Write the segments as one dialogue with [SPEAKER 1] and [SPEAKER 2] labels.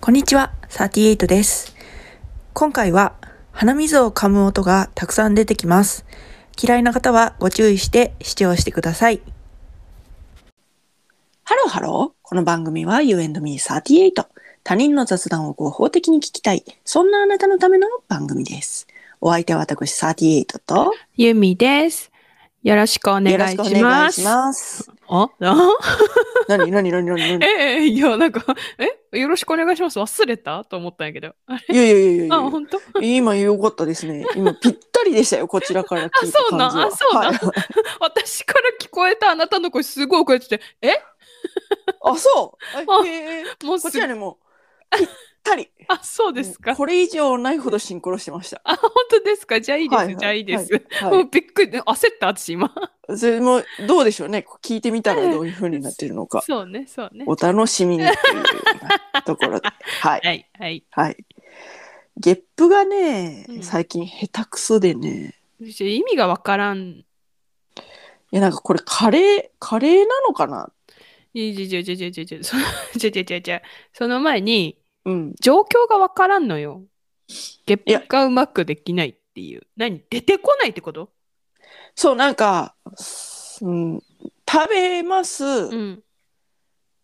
[SPEAKER 1] こんにちは、38です。今回は鼻水を噛む音がたくさん出てきます。嫌いな方はご注意して視聴してください。ハローハロー。この番組は You and me38。他人の雑談を合法的に聞きたい。そんなあなたのための番組です。お相手は私38と
[SPEAKER 2] ゆみです。よろしくお願
[SPEAKER 1] よろ
[SPEAKER 2] い
[SPEAKER 1] し
[SPEAKER 2] し
[SPEAKER 1] くお
[SPEAKER 2] ます。
[SPEAKER 1] 願いします。
[SPEAKER 2] ああ
[SPEAKER 1] 何何何何何
[SPEAKER 2] ええ、いや、なんか、え よろしくお願いします。忘れたと思ったんやけど。あれ
[SPEAKER 1] いやいやいやいやい
[SPEAKER 2] あ、
[SPEAKER 1] や。
[SPEAKER 2] 本当？
[SPEAKER 1] 今良かったですね。今ぴったりでしたよ、こちらから聞いた感じは。
[SPEAKER 2] あそうなんあ
[SPEAKER 1] はい
[SPEAKER 2] 私から聞こえたあなたの声すごい遅れてて、え
[SPEAKER 1] あ、そう。
[SPEAKER 2] あ
[SPEAKER 1] えええ
[SPEAKER 2] も
[SPEAKER 1] こ
[SPEAKER 2] うす
[SPEAKER 1] ち
[SPEAKER 2] ぐ
[SPEAKER 1] ら。でもうぴったり。
[SPEAKER 2] あ、そうですか。
[SPEAKER 1] これ以上ないほどシンクロしてました。
[SPEAKER 2] あ、本当ですか。じゃあいいです。
[SPEAKER 1] はいはい
[SPEAKER 2] じゃあいいです。
[SPEAKER 1] はい
[SPEAKER 2] も
[SPEAKER 1] は
[SPEAKER 2] うびっくり。焦った私今。
[SPEAKER 1] い。それもどうでしょうね。聞いてみたらどういう風になってるのか。
[SPEAKER 2] そうね、そうね。
[SPEAKER 1] お楽しみにっていうようなとこ ろで。はい。
[SPEAKER 2] はい、はい。
[SPEAKER 1] はい。ゲップがね
[SPEAKER 2] う、ん
[SPEAKER 1] 最近下手くそでね。
[SPEAKER 2] ちょ意味がわからん。
[SPEAKER 1] いや、なんかこれカレー、カレーなのかない
[SPEAKER 2] いじじじじじじそ じじじじその前に、
[SPEAKER 1] うん。
[SPEAKER 2] 状況がわからんのよ。ゲ
[SPEAKER 1] いや
[SPEAKER 2] ップがうまくできないっていう。何出てこないってこと
[SPEAKER 1] そう、なんか、うん、食べます。
[SPEAKER 2] うん。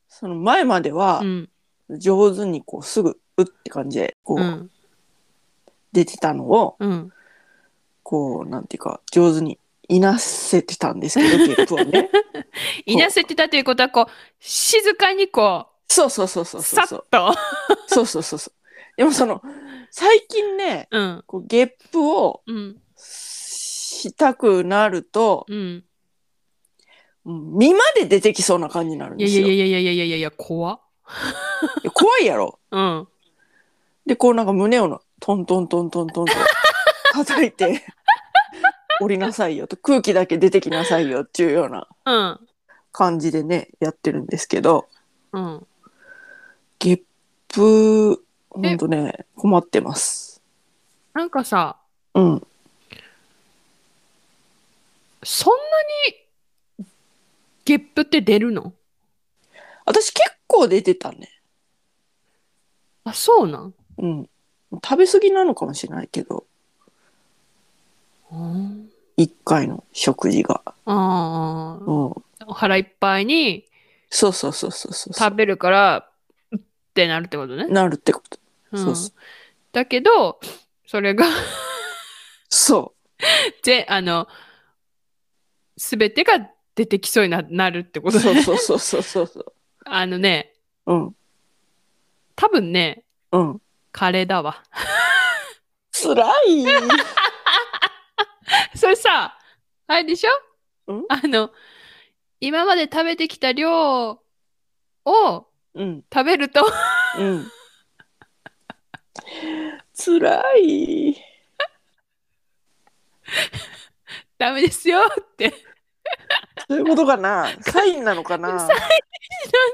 [SPEAKER 1] その前までは
[SPEAKER 2] うん。
[SPEAKER 1] 上手にこうすぐうって感じでこ
[SPEAKER 2] う。
[SPEAKER 1] うん出てたのを
[SPEAKER 2] うん。
[SPEAKER 1] こうなんていうか上手にいなせてたんです けどゲップはね
[SPEAKER 2] いなせてたということは、こう、静かにこ、
[SPEAKER 1] そうそうそうそううそ
[SPEAKER 2] さ
[SPEAKER 1] う
[SPEAKER 2] っ
[SPEAKER 1] そう
[SPEAKER 2] と。
[SPEAKER 1] そうそうそうそうでもその最近ね
[SPEAKER 2] うん。
[SPEAKER 1] こうゲップを
[SPEAKER 2] うん。
[SPEAKER 1] したくなると
[SPEAKER 2] うん。
[SPEAKER 1] うん身まで出てきそうな感じになるんで
[SPEAKER 2] いや
[SPEAKER 1] す
[SPEAKER 2] い
[SPEAKER 1] よ
[SPEAKER 2] やいやいやいやいやいやいや、怖っ
[SPEAKER 1] いや怖いやろ
[SPEAKER 2] うん。
[SPEAKER 1] でこうなんか胸をのトントントントントンと叩い て降りなさいよと空気だけ出てきなさいよっていうような
[SPEAKER 2] うん。
[SPEAKER 1] 感じでねやってるんですけど
[SPEAKER 2] うん。
[SPEAKER 1] ゲップほんとね困ってます
[SPEAKER 2] なんかさ、
[SPEAKER 1] うん
[SPEAKER 2] そんなに、ゲップって出るの
[SPEAKER 1] 私結構出てたね
[SPEAKER 2] あ、そうなん
[SPEAKER 1] うん食べ過ぎなのかもしれないけど
[SPEAKER 2] うん
[SPEAKER 1] 一回の食事が
[SPEAKER 2] あ
[SPEAKER 1] う
[SPEAKER 2] あ。
[SPEAKER 1] ん
[SPEAKER 2] お腹いっぱいに、
[SPEAKER 1] そうそうそうそうそうそう
[SPEAKER 2] 食べるからうってなるってことね。
[SPEAKER 1] なるってこと
[SPEAKER 2] うん
[SPEAKER 1] そうそ
[SPEAKER 2] だけどそれが
[SPEAKER 1] そ
[SPEAKER 2] ぜあの全てが出てきそうにななるってこ
[SPEAKER 1] う
[SPEAKER 2] と
[SPEAKER 1] そう
[SPEAKER 2] ね。
[SPEAKER 1] そうそうそうそうそう
[SPEAKER 2] あのね
[SPEAKER 1] うん
[SPEAKER 2] 多分ね
[SPEAKER 1] うん
[SPEAKER 2] カレーだわ。
[SPEAKER 1] つらい
[SPEAKER 2] それさあれでしょ
[SPEAKER 1] うん
[SPEAKER 2] あの今まで食べてきた量を
[SPEAKER 1] うん
[SPEAKER 2] 食べると
[SPEAKER 1] うんつらい
[SPEAKER 2] ダメですよって
[SPEAKER 1] そういうことかな サインなのかな
[SPEAKER 2] なん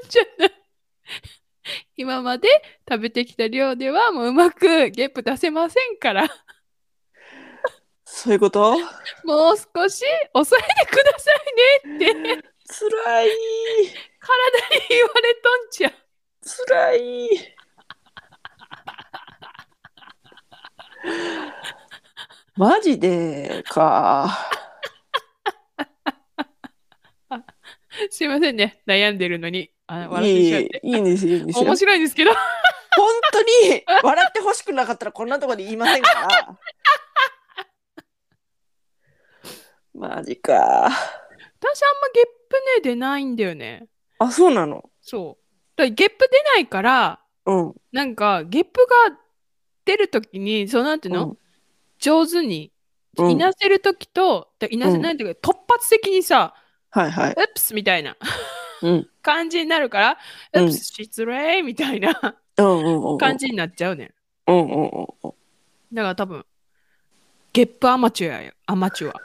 [SPEAKER 2] じゃない今まで食べてきた量ではもううまくゲップ出せませんから
[SPEAKER 1] そういうこと
[SPEAKER 2] もう少し抑えてくださいねって体に
[SPEAKER 1] つらい
[SPEAKER 2] 言われとんじゃん
[SPEAKER 1] つらい。マジでか。
[SPEAKER 2] すいませんね悩んでるのにあ
[SPEAKER 1] い
[SPEAKER 2] 笑って
[SPEAKER 1] い
[SPEAKER 2] しまっ
[SPEAKER 1] い
[SPEAKER 2] て
[SPEAKER 1] いんですよ、いいんですよ。
[SPEAKER 2] 面
[SPEAKER 1] 本
[SPEAKER 2] 白いんですけど
[SPEAKER 1] 当に笑ってほしくなかったらこんなところで言いませんから。マジか。
[SPEAKER 2] 私あんまゲップね出ないんだよね
[SPEAKER 1] あ、そうなの。
[SPEAKER 2] そうだからゲップ出ないから
[SPEAKER 1] うん。
[SPEAKER 2] なんかゲップが出るときにそのなんていうの、
[SPEAKER 1] うん
[SPEAKER 2] 上手に
[SPEAKER 1] うん
[SPEAKER 2] いなせるときと、だいなせないとき、突発的にさ
[SPEAKER 1] はいはい
[SPEAKER 2] 「う。っす」みたいな
[SPEAKER 1] うん。
[SPEAKER 2] 感じになるから「
[SPEAKER 1] う
[SPEAKER 2] うんっす失礼」みたいな
[SPEAKER 1] うんうんうん。
[SPEAKER 2] 感じになっちゃうねん
[SPEAKER 1] うんうんうんうん。
[SPEAKER 2] だから多分、ゲップアマチュアや、アマチュア。
[SPEAKER 1] あ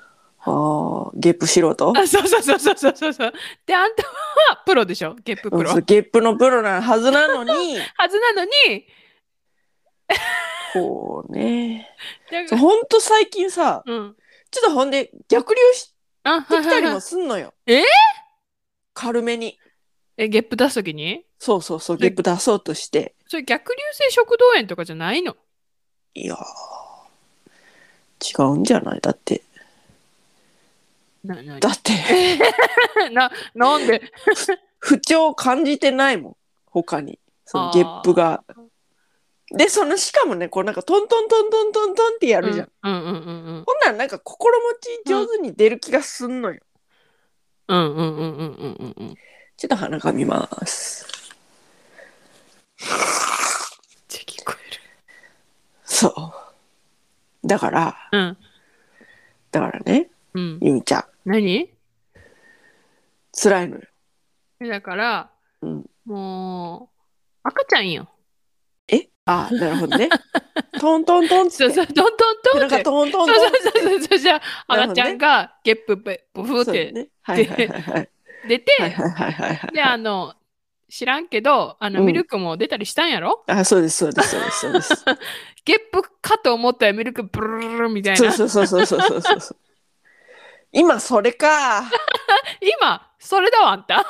[SPEAKER 1] あ、ゲップ素人
[SPEAKER 2] あ、そうそうそうそうそうそうそう。で、あんたはプロでしょゲップ
[SPEAKER 1] う
[SPEAKER 2] プ
[SPEAKER 1] ん
[SPEAKER 2] ロ。
[SPEAKER 1] そうゲップのプロなはずなのに、
[SPEAKER 2] はずなのに、
[SPEAKER 1] こうね。
[SPEAKER 2] だか
[SPEAKER 1] そう
[SPEAKER 2] ら
[SPEAKER 1] ほんと最近さ、
[SPEAKER 2] うん。
[SPEAKER 1] ちょっとほんで逆流し
[SPEAKER 2] あ、
[SPEAKER 1] て
[SPEAKER 2] はい
[SPEAKER 1] き
[SPEAKER 2] は
[SPEAKER 1] た
[SPEAKER 2] い
[SPEAKER 1] り
[SPEAKER 2] は
[SPEAKER 1] も
[SPEAKER 2] い。
[SPEAKER 1] すんのよ。
[SPEAKER 2] えー
[SPEAKER 1] 軽めに。
[SPEAKER 2] え、ゲップ出すときに
[SPEAKER 1] そうそうそう、
[SPEAKER 2] で
[SPEAKER 1] ゲップ出そうとして。
[SPEAKER 2] それ逆流性食道炎とかじゃないの
[SPEAKER 1] いやー、違うんじゃないだって。
[SPEAKER 2] な、な、
[SPEAKER 1] だって、
[SPEAKER 2] な、なんで
[SPEAKER 1] 不調を感じてないもん。他に。そのゲップが。で、その、しかもね、こうなんかトントントントントントンってや
[SPEAKER 2] あ
[SPEAKER 1] るじゃん。
[SPEAKER 2] うんうんうんうん。
[SPEAKER 1] ほんならなんか心持ち上手に出る気がすんのよ。
[SPEAKER 2] うんうんうんうんうんうんうん。
[SPEAKER 1] ちょっと鼻かみます。
[SPEAKER 2] ち聞こえる。
[SPEAKER 1] そう。だから、
[SPEAKER 2] うん。
[SPEAKER 1] だからね、
[SPEAKER 2] うん。
[SPEAKER 1] ゆみちゃん、
[SPEAKER 2] 何
[SPEAKER 1] 辛いのよ。
[SPEAKER 2] だから、
[SPEAKER 1] うん
[SPEAKER 2] もう、赤ちゃんよ。
[SPEAKER 1] え あ、なるほどね。トントントンっつ
[SPEAKER 2] そう
[SPEAKER 1] って。
[SPEAKER 2] そう、どんどん
[SPEAKER 1] な
[SPEAKER 2] ど
[SPEAKER 1] んん
[SPEAKER 2] って
[SPEAKER 1] か。トントン
[SPEAKER 2] そ
[SPEAKER 1] ト
[SPEAKER 2] う
[SPEAKER 1] ン
[SPEAKER 2] そうそうそう。じゃあ、
[SPEAKER 1] なるほどね
[SPEAKER 2] 赤ちゃんがゲップべボフっ
[SPEAKER 1] そうだ
[SPEAKER 2] て
[SPEAKER 1] ね。はいはいはいはい。
[SPEAKER 2] 出て、
[SPEAKER 1] はいはいはいはいはい。
[SPEAKER 2] で、あの、知らんけど、あの、
[SPEAKER 1] うん
[SPEAKER 2] ミルクも出たりしたんやろ、
[SPEAKER 1] あ、そうですそうですそうですそうです。
[SPEAKER 2] ゲップかと思ったらミルクブルルルルみたい
[SPEAKER 1] そう
[SPEAKER 2] な。
[SPEAKER 1] そうそうそうそうそうそう。今それか。
[SPEAKER 2] 今、それだわ、あんた。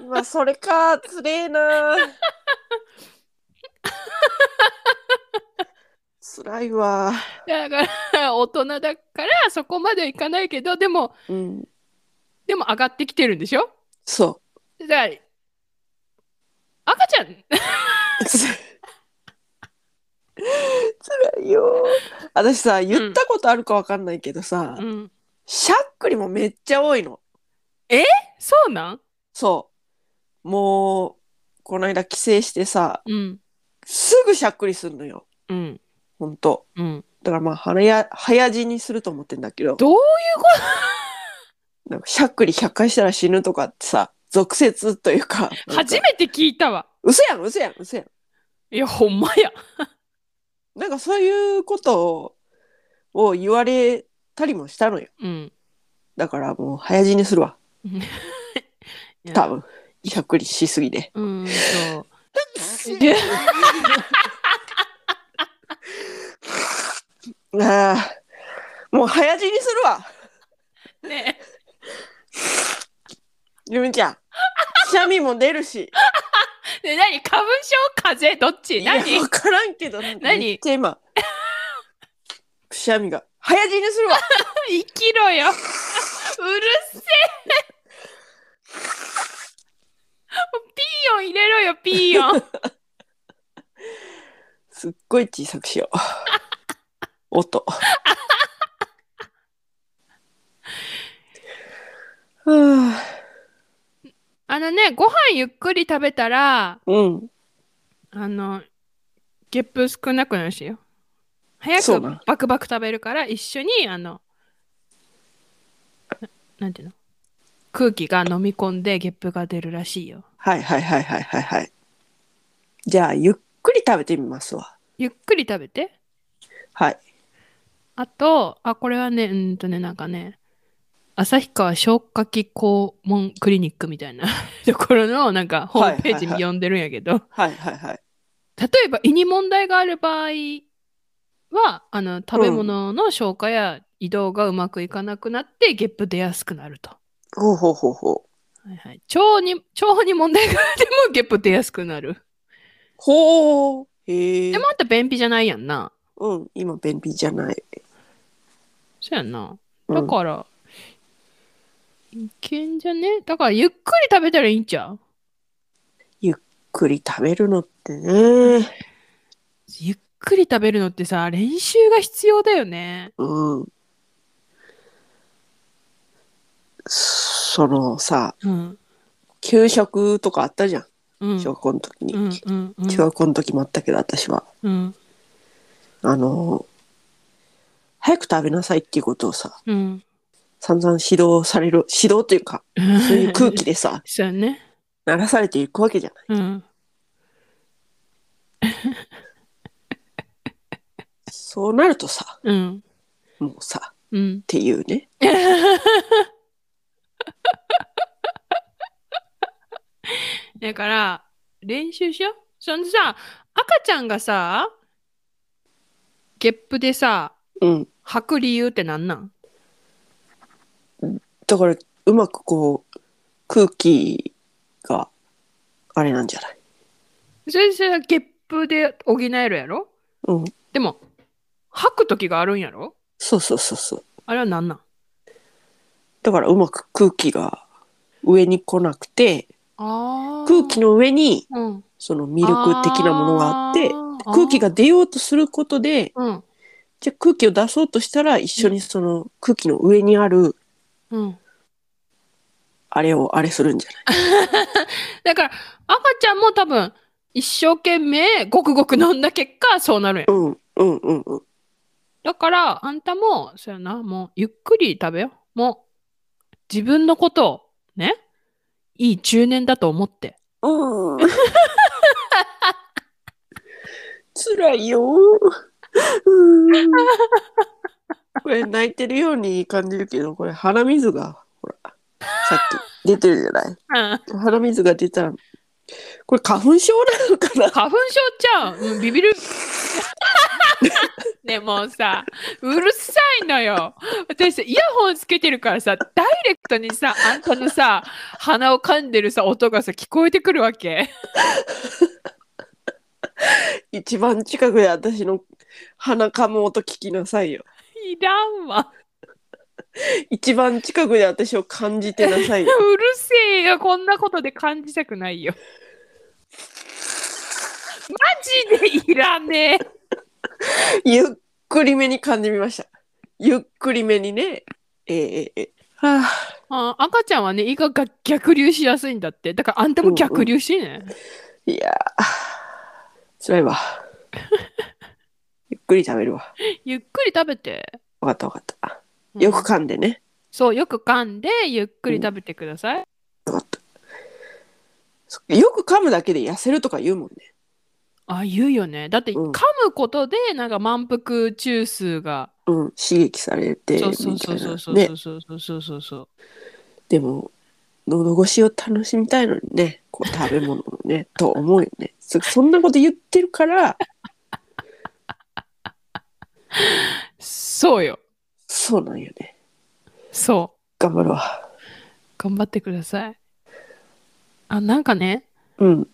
[SPEAKER 1] 今それか。つれえな。辛いわ。
[SPEAKER 2] だから、大人だから、そこまではいかないけど、でも、
[SPEAKER 1] うん。
[SPEAKER 2] でも上がってきてるんでしょ
[SPEAKER 1] そ
[SPEAKER 2] だから、赤ちゃん、
[SPEAKER 1] う。つ 辛いよ。私さ、言ったことあるかわかんないけどさ、
[SPEAKER 2] うん、
[SPEAKER 1] しゃっくりもめっちゃ多いの。
[SPEAKER 2] そうなん
[SPEAKER 1] そう。もう、この間帰省してさ、
[SPEAKER 2] うん、
[SPEAKER 1] すぐしゃっくりするのよ。
[SPEAKER 2] うん、
[SPEAKER 1] ほんと。
[SPEAKER 2] うん。
[SPEAKER 1] だからまあ、早や、早死にすると思ってんだけど、
[SPEAKER 2] どういうこと
[SPEAKER 1] なんかしゃっくり100回したら死ぬとかってさ、俗説というか。なん
[SPEAKER 2] 初
[SPEAKER 1] か
[SPEAKER 2] めて聞いたわ。
[SPEAKER 1] 嘘やん、嘘やん、嘘やん。
[SPEAKER 2] いや、ほんまや。
[SPEAKER 1] なんかそういうことをを言われたりもしたのよ。
[SPEAKER 2] うん。
[SPEAKER 1] だからもう早死にするわ。
[SPEAKER 2] いや
[SPEAKER 1] 多分。しゃっくりしすぎで。
[SPEAKER 2] うーんと。
[SPEAKER 1] あ あ。もう早死にするわ。
[SPEAKER 2] ねえ
[SPEAKER 1] ゆみちゃん。くしゃみも出るし。
[SPEAKER 2] ねえ、何花粉症風邪どっち
[SPEAKER 1] いや
[SPEAKER 2] 何
[SPEAKER 1] わからんけど、なんか
[SPEAKER 2] 何
[SPEAKER 1] めっちゃ今。くしゃみが。早死にするわ。
[SPEAKER 2] 生きろよ。うるせえ。ピーヨン入れろよ、ピー ヨン。
[SPEAKER 1] すっごい小さくしよう。音。はあ、
[SPEAKER 2] あのね、ご飯ゆっくり食べたら、
[SPEAKER 1] うん。
[SPEAKER 2] あの、ゲップ少なくなるしよ。早
[SPEAKER 1] そう
[SPEAKER 2] く
[SPEAKER 1] なん
[SPEAKER 2] バクバク食べるから、一緒に、あの、ななんていうの空気が飲み込んでゲップが出るらしいよ。
[SPEAKER 1] はいはいはいはいはいはい。じゃあ、ゆっくり食べてみますわ。
[SPEAKER 2] ゆっくり食べて。
[SPEAKER 1] はい。
[SPEAKER 2] あと、あ、これはね、うーんとね、なんかね、旭川消化器肛門クリニックみたいな ところの、なんか、ホームページ
[SPEAKER 1] はいはいはい
[SPEAKER 2] 読んでるんやけど、
[SPEAKER 1] はいはいはい。
[SPEAKER 2] 例えば胃に問題がある場合は、あの、食べ物の消化や移動がうまくいかなくなって、ゲップ出やすくなると。
[SPEAKER 1] ほうほうほうほう。
[SPEAKER 2] はいはい、腸に、腸に問題があってもゲップ出やすくなる。
[SPEAKER 1] ほう。へえ
[SPEAKER 2] で。もあんた便秘じゃないやんな。
[SPEAKER 1] うん、今便秘じゃない。
[SPEAKER 2] そうやんな。
[SPEAKER 1] うん
[SPEAKER 2] だから、いけんじゃねだからゆっくり食べたらいいんちゃう
[SPEAKER 1] 栗食べるのってね。
[SPEAKER 2] ゆっくり食べるのってさ練習が必要だよね
[SPEAKER 1] うん。そのさ、
[SPEAKER 2] うん
[SPEAKER 1] 給食とかあったじゃん。
[SPEAKER 2] うん
[SPEAKER 1] 小学校の時に。
[SPEAKER 2] うんうんうん
[SPEAKER 1] 中学校の時もあったけど、私は。
[SPEAKER 2] うん
[SPEAKER 1] あの、早く食べなさいっていうことをさ、
[SPEAKER 2] うん、
[SPEAKER 1] 散々指導される、指導というか、そういう空気でさ
[SPEAKER 2] そうやね
[SPEAKER 1] 流されていくわけじゃない。
[SPEAKER 2] うん
[SPEAKER 1] そうなるとさ、
[SPEAKER 2] うん
[SPEAKER 1] もうさ、っ
[SPEAKER 2] うん
[SPEAKER 1] ていうね。
[SPEAKER 2] だから練習しようそのさ赤ちゃんがさゲップでさ
[SPEAKER 1] うん。
[SPEAKER 2] 吐く理由ってなんなん
[SPEAKER 1] だから、うまくこう、空気があれなんじゃない
[SPEAKER 2] それそれはゲップで補えるやろ
[SPEAKER 1] うん。
[SPEAKER 2] でも吐く時があるんやろ
[SPEAKER 1] そうそうそうそう。
[SPEAKER 2] あれは何なん
[SPEAKER 1] だからうまく空気が上に来なくて、
[SPEAKER 2] あー
[SPEAKER 1] 空気の上に
[SPEAKER 2] うん
[SPEAKER 1] その魅力的なものがあって、
[SPEAKER 2] ー
[SPEAKER 1] 空気が出ようとすることで、
[SPEAKER 2] うん
[SPEAKER 1] じゃあ空気を出そうとしたら一緒にその空気の上にある
[SPEAKER 2] うん
[SPEAKER 1] あれをあれするんじゃない
[SPEAKER 2] だから赤ちゃんも多分一生懸命ごくごく飲んだ結果そうなるんや
[SPEAKER 1] うんうんうんうん。
[SPEAKER 2] だからあんたもそうやなもうゆっくり食べようもう自分のことをねいい中年だと思って
[SPEAKER 1] うん。 辛いよ。うん。これ泣いてるように感じるけど、これ鼻水が、ほら、さっき出てるじゃない。
[SPEAKER 2] うん
[SPEAKER 1] 鼻水が出たら、これ花粉症なのかな
[SPEAKER 2] 花粉症ちゃう、うん、ビ ビるねもうさうるさいのよ私さイヤホンつけてるからさダイレクトにさあんたのさ鼻を噛んでるさ音がさ聞こえてくるわけ
[SPEAKER 1] 一番近くで私の鼻かむ音聞きなさいよ。
[SPEAKER 2] いらんわ
[SPEAKER 1] 一番近くで私を感じてなさ いよ。
[SPEAKER 2] うるせえよこんなことで感じたくないよマジでいらねえ
[SPEAKER 1] ゆっくりめに感じました。ゆっくりめにね。ええええええはあ
[SPEAKER 2] あ赤ちゃんはね胃が逆流しやすいんだってだからあんたも逆流しね、
[SPEAKER 1] いやー、辛いわ。ゆっくり食べるわ。
[SPEAKER 2] ゆっくり食べて
[SPEAKER 1] わかったわかった。よく噛んでね。
[SPEAKER 2] そう、よく噛んで、ゆっくり食べてください。
[SPEAKER 1] わかったそっか。よく噛むだけで痩せるとか言うもんね。
[SPEAKER 2] あ、言うよね。だって、
[SPEAKER 1] うん
[SPEAKER 2] 噛むことで、なんか満腹中枢が。
[SPEAKER 1] うん、刺激されて
[SPEAKER 2] そうそう
[SPEAKER 1] み
[SPEAKER 2] そ
[SPEAKER 1] た
[SPEAKER 2] う
[SPEAKER 1] い
[SPEAKER 2] そう
[SPEAKER 1] な
[SPEAKER 2] そう
[SPEAKER 1] ね。
[SPEAKER 2] そうそうそうそうそう。
[SPEAKER 1] でも、喉越しを楽しみたいのにね、こう食べ物を ね、と思うよね。そそんなこと言ってるから、
[SPEAKER 2] そうよ。
[SPEAKER 1] そうなんよね。
[SPEAKER 2] そう。
[SPEAKER 1] 頑張るわ。
[SPEAKER 2] 頑張ってください。あ、なんかね、
[SPEAKER 1] うん、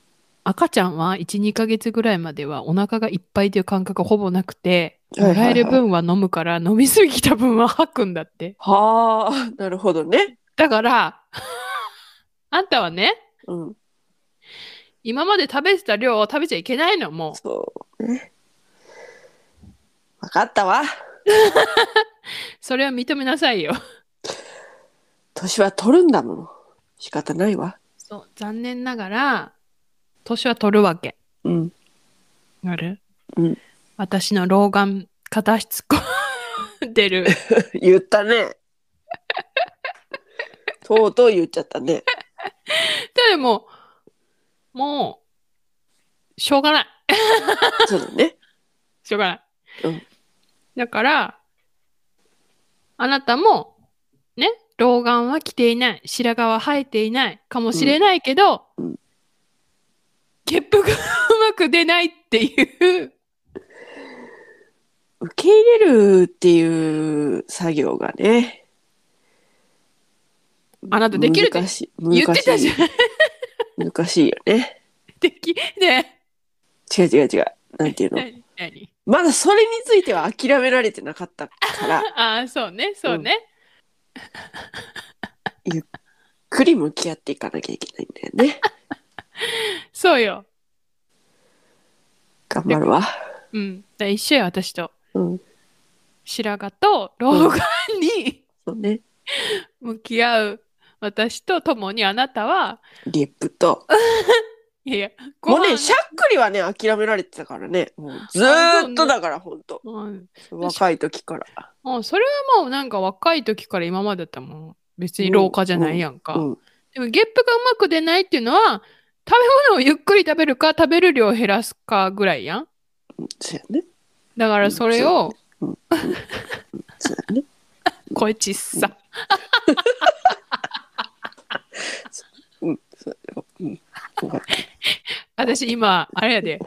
[SPEAKER 2] 赤ちゃんは1、2ヶ月ぐらいまではお腹がいっぱいという感覚ほぼなくて、
[SPEAKER 1] はいは
[SPEAKER 2] も
[SPEAKER 1] いはい
[SPEAKER 2] らえる分は飲むから、飲みすぎた分は吐くんだって。
[SPEAKER 1] はあ、なるほどね。
[SPEAKER 2] だから、 あんたはね、
[SPEAKER 1] うん、
[SPEAKER 2] 今まで食べてた量を食べちゃいけないの、もう。
[SPEAKER 1] そうね。わかったわ。
[SPEAKER 2] それは認めなさいよ。
[SPEAKER 1] 年は取るんだもの仕方ないわ
[SPEAKER 2] そう、残念ながら、年は取るわけ。
[SPEAKER 1] うん
[SPEAKER 2] なる
[SPEAKER 1] うん
[SPEAKER 2] 私の老眼、片足突っ込んで る。
[SPEAKER 1] 言った ねとうとう言っちゃったね
[SPEAKER 2] でも、もう、しょうがない。
[SPEAKER 1] そうだね
[SPEAKER 2] しょうがない。
[SPEAKER 1] うん
[SPEAKER 2] だから、あなたも、ね、老眼は来ていない。白髪は生えていない。かもしれないけど、
[SPEAKER 1] うんうん
[SPEAKER 2] ゲップがうまく出ないっていう。
[SPEAKER 1] 受け入れるっていう作業がね
[SPEAKER 2] あなたできるって
[SPEAKER 1] 難しい難し
[SPEAKER 2] 言
[SPEAKER 1] い
[SPEAKER 2] ってたじゃん。
[SPEAKER 1] 難しいよね
[SPEAKER 2] できね
[SPEAKER 1] 違う違う違うなんていうの
[SPEAKER 2] 何何
[SPEAKER 1] まだそれについては諦められてなかったから
[SPEAKER 2] ああそうねそうね、
[SPEAKER 1] くり向き合っていかなきゃいけないんだよね
[SPEAKER 2] そうよ
[SPEAKER 1] 頑張るわ
[SPEAKER 2] うんだから一緒よ私と
[SPEAKER 1] うん
[SPEAKER 2] 白髪と老眼に
[SPEAKER 1] そうね
[SPEAKER 2] 向き合う私と共にあなたは
[SPEAKER 1] ゲップと
[SPEAKER 2] いやいやご
[SPEAKER 1] もう
[SPEAKER 2] 飯
[SPEAKER 1] ね、しゃっくりはね、諦められてたからね。もうずーっとだから、ほんと。
[SPEAKER 2] うん
[SPEAKER 1] 若い時から。
[SPEAKER 2] もうそれはもうなんか若い時から今までだったもん別に老化じゃないやんか、
[SPEAKER 1] うん。
[SPEAKER 2] でもゲップがうまく出ないっていうのは食べ物をゆっくり食べるか食べる量を減らすかぐらいやん
[SPEAKER 1] そうやね。
[SPEAKER 2] だからそれを、
[SPEAKER 1] そうや ね。
[SPEAKER 2] 声ちっさ
[SPEAKER 1] うん。そうやねうん。わかった
[SPEAKER 2] 私今あれやで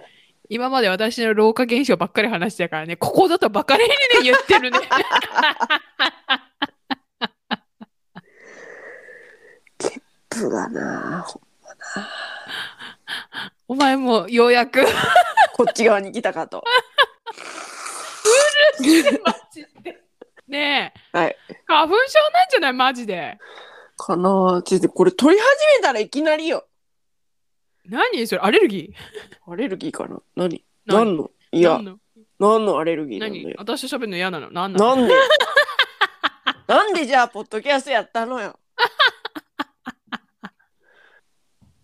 [SPEAKER 2] 今まで私の老化現象ばっかり話してたからねここだとばかりにね言っ てるね
[SPEAKER 1] ゲップがな、ほんまな。
[SPEAKER 2] お前もようやく
[SPEAKER 1] こっち側に来たかと。
[SPEAKER 2] マジでねえ
[SPEAKER 1] はい。
[SPEAKER 2] 花粉症なんじゃないマジで
[SPEAKER 1] かなあちょっとこれ取り始めたらいきなりよ。
[SPEAKER 2] 何それアレルギ
[SPEAKER 1] アレルギーかな何
[SPEAKER 2] ー何
[SPEAKER 1] 何のいや
[SPEAKER 2] 何、の
[SPEAKER 1] 何のアレルギーなんだ
[SPEAKER 2] 何
[SPEAKER 1] よ。
[SPEAKER 2] 私と喋るの嫌なの何なの
[SPEAKER 1] なんで なんでじゃあ、ポッドキャストやったのよ。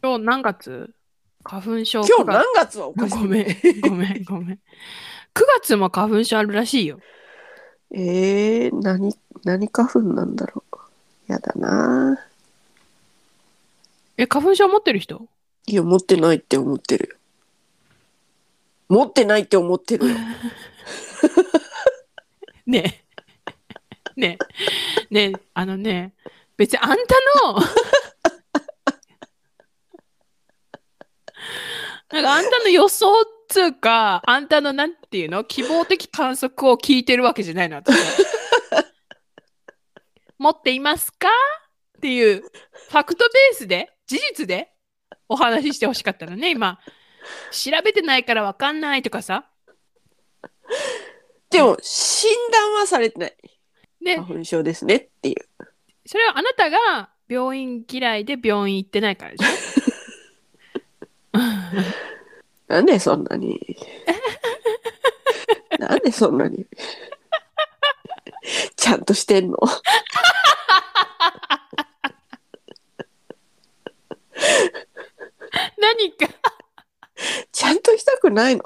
[SPEAKER 2] 今日何月花粉症
[SPEAKER 1] 今日
[SPEAKER 2] 9
[SPEAKER 1] 何月はおかし
[SPEAKER 2] 月
[SPEAKER 1] い。
[SPEAKER 2] ごめんごめんごめん9月も花粉症あるらしいよ
[SPEAKER 1] えー、何、何花粉なんだろう。やだなあ
[SPEAKER 2] え花粉症持ってる人
[SPEAKER 1] いや、持ってないって思ってるよ。持ってないって思ってるよ。
[SPEAKER 2] ね え。ねえ。ねえ、あのね、別にあんたの、 なんかあんたの予想っつうか、あんたのなんていうの希望的観測を聞いてるわけじゃないの、私は持っていますかっていう、ファクトベースで、事実でお話ししてほしかったのね、今。調べてないからわかんないとかさ。
[SPEAKER 1] でも、診断はされてない。
[SPEAKER 2] ね、
[SPEAKER 1] 花粉症ですねっていう。
[SPEAKER 2] それはあなたが病院嫌いで病院行ってないからでし ょ
[SPEAKER 1] なんでそんなになんでそんなにちゃんとしてんの
[SPEAKER 2] 何か
[SPEAKER 1] ちゃんとしたくないの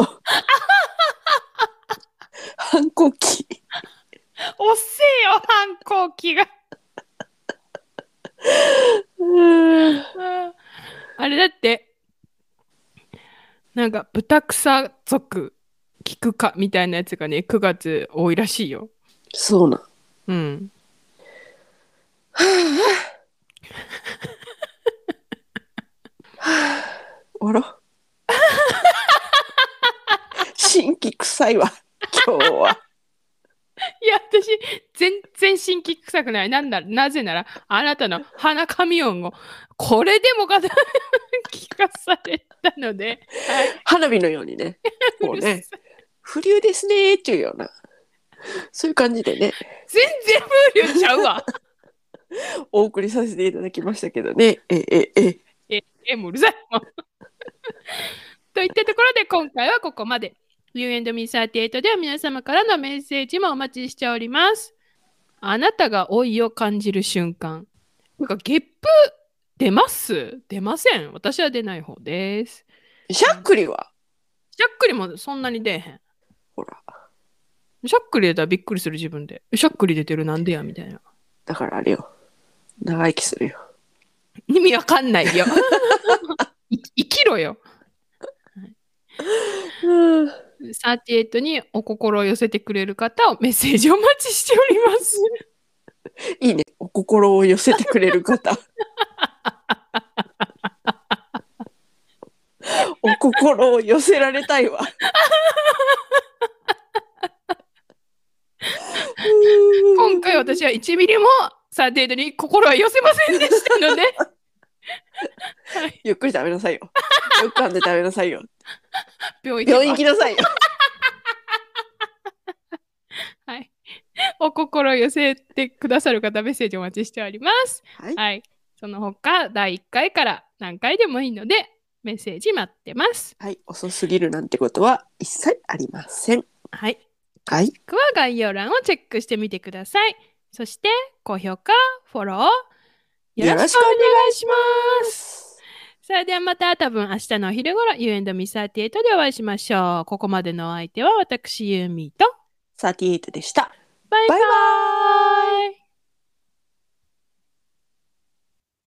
[SPEAKER 1] 反抗期
[SPEAKER 2] 遅えよ反抗期があーあれだってなんか豚草族聞くかみたいなやつがね9月多いらしいよ
[SPEAKER 1] そうなん
[SPEAKER 2] うん
[SPEAKER 1] あら新規臭いわ今日はい
[SPEAKER 2] や私全然心機臭くないなんだなぜならあなたの鼻紙音をこれでもかと 聞かされたのではい
[SPEAKER 1] 花火のようにねこうね不流ですねーっていうようなそういう感じでね
[SPEAKER 2] 全然風流ちゃうわ。
[SPEAKER 1] お送りさせていただきましたけどねええええ
[SPEAKER 2] え、もううるさいもん。といったところで今回はここまで。U&Me38 では皆様からのメッセージもお待ちしております。あなたが老いを感じる瞬間。なんかゲップ出ます出ません。私は出ない方です。
[SPEAKER 1] しゃっくりは
[SPEAKER 2] しゃっくりもそんなに出えへん
[SPEAKER 1] ほら。
[SPEAKER 2] しゃっくり出たらびっくりする自分で。しゃっくり出てるなんでやみたいな。
[SPEAKER 1] だからあれよ。長生きするよ。
[SPEAKER 2] 意味わかんないよ。い生きろよ。38にお心を寄せてくれる方をメッセージお待ちしてお ります。
[SPEAKER 1] いいね。お心を寄せてくれる方。お心を寄せられたいわ。
[SPEAKER 2] 今回私は1ミリも38に心は寄せませんでした ので、
[SPEAKER 1] ゆっくり食べなさいよ。よく噛んで食べなさいよ。
[SPEAKER 2] 病院
[SPEAKER 1] 病院行
[SPEAKER 2] 行
[SPEAKER 1] き
[SPEAKER 2] け
[SPEAKER 1] なさいよ。
[SPEAKER 2] ばはい、お心を寄せてくださる方メッセージお待ちしております。
[SPEAKER 1] はい。
[SPEAKER 2] はい、その他第1回から何回でもいいのでメッセージ待ってます。
[SPEAKER 1] はい。遅すぎるなんてことは一切ありません。
[SPEAKER 2] はい、
[SPEAKER 1] はい。
[SPEAKER 2] 詳しくは概要欄をチェックしてみてください。そして高評価、フォローよろしくお願いします。それではまた多分明日のお昼頃 You and me38 でお会いしましょう。ここまでのお相手は私ユーミーと
[SPEAKER 1] 38でした。
[SPEAKER 2] バイバ
[SPEAKER 1] バイバ
[SPEAKER 2] イ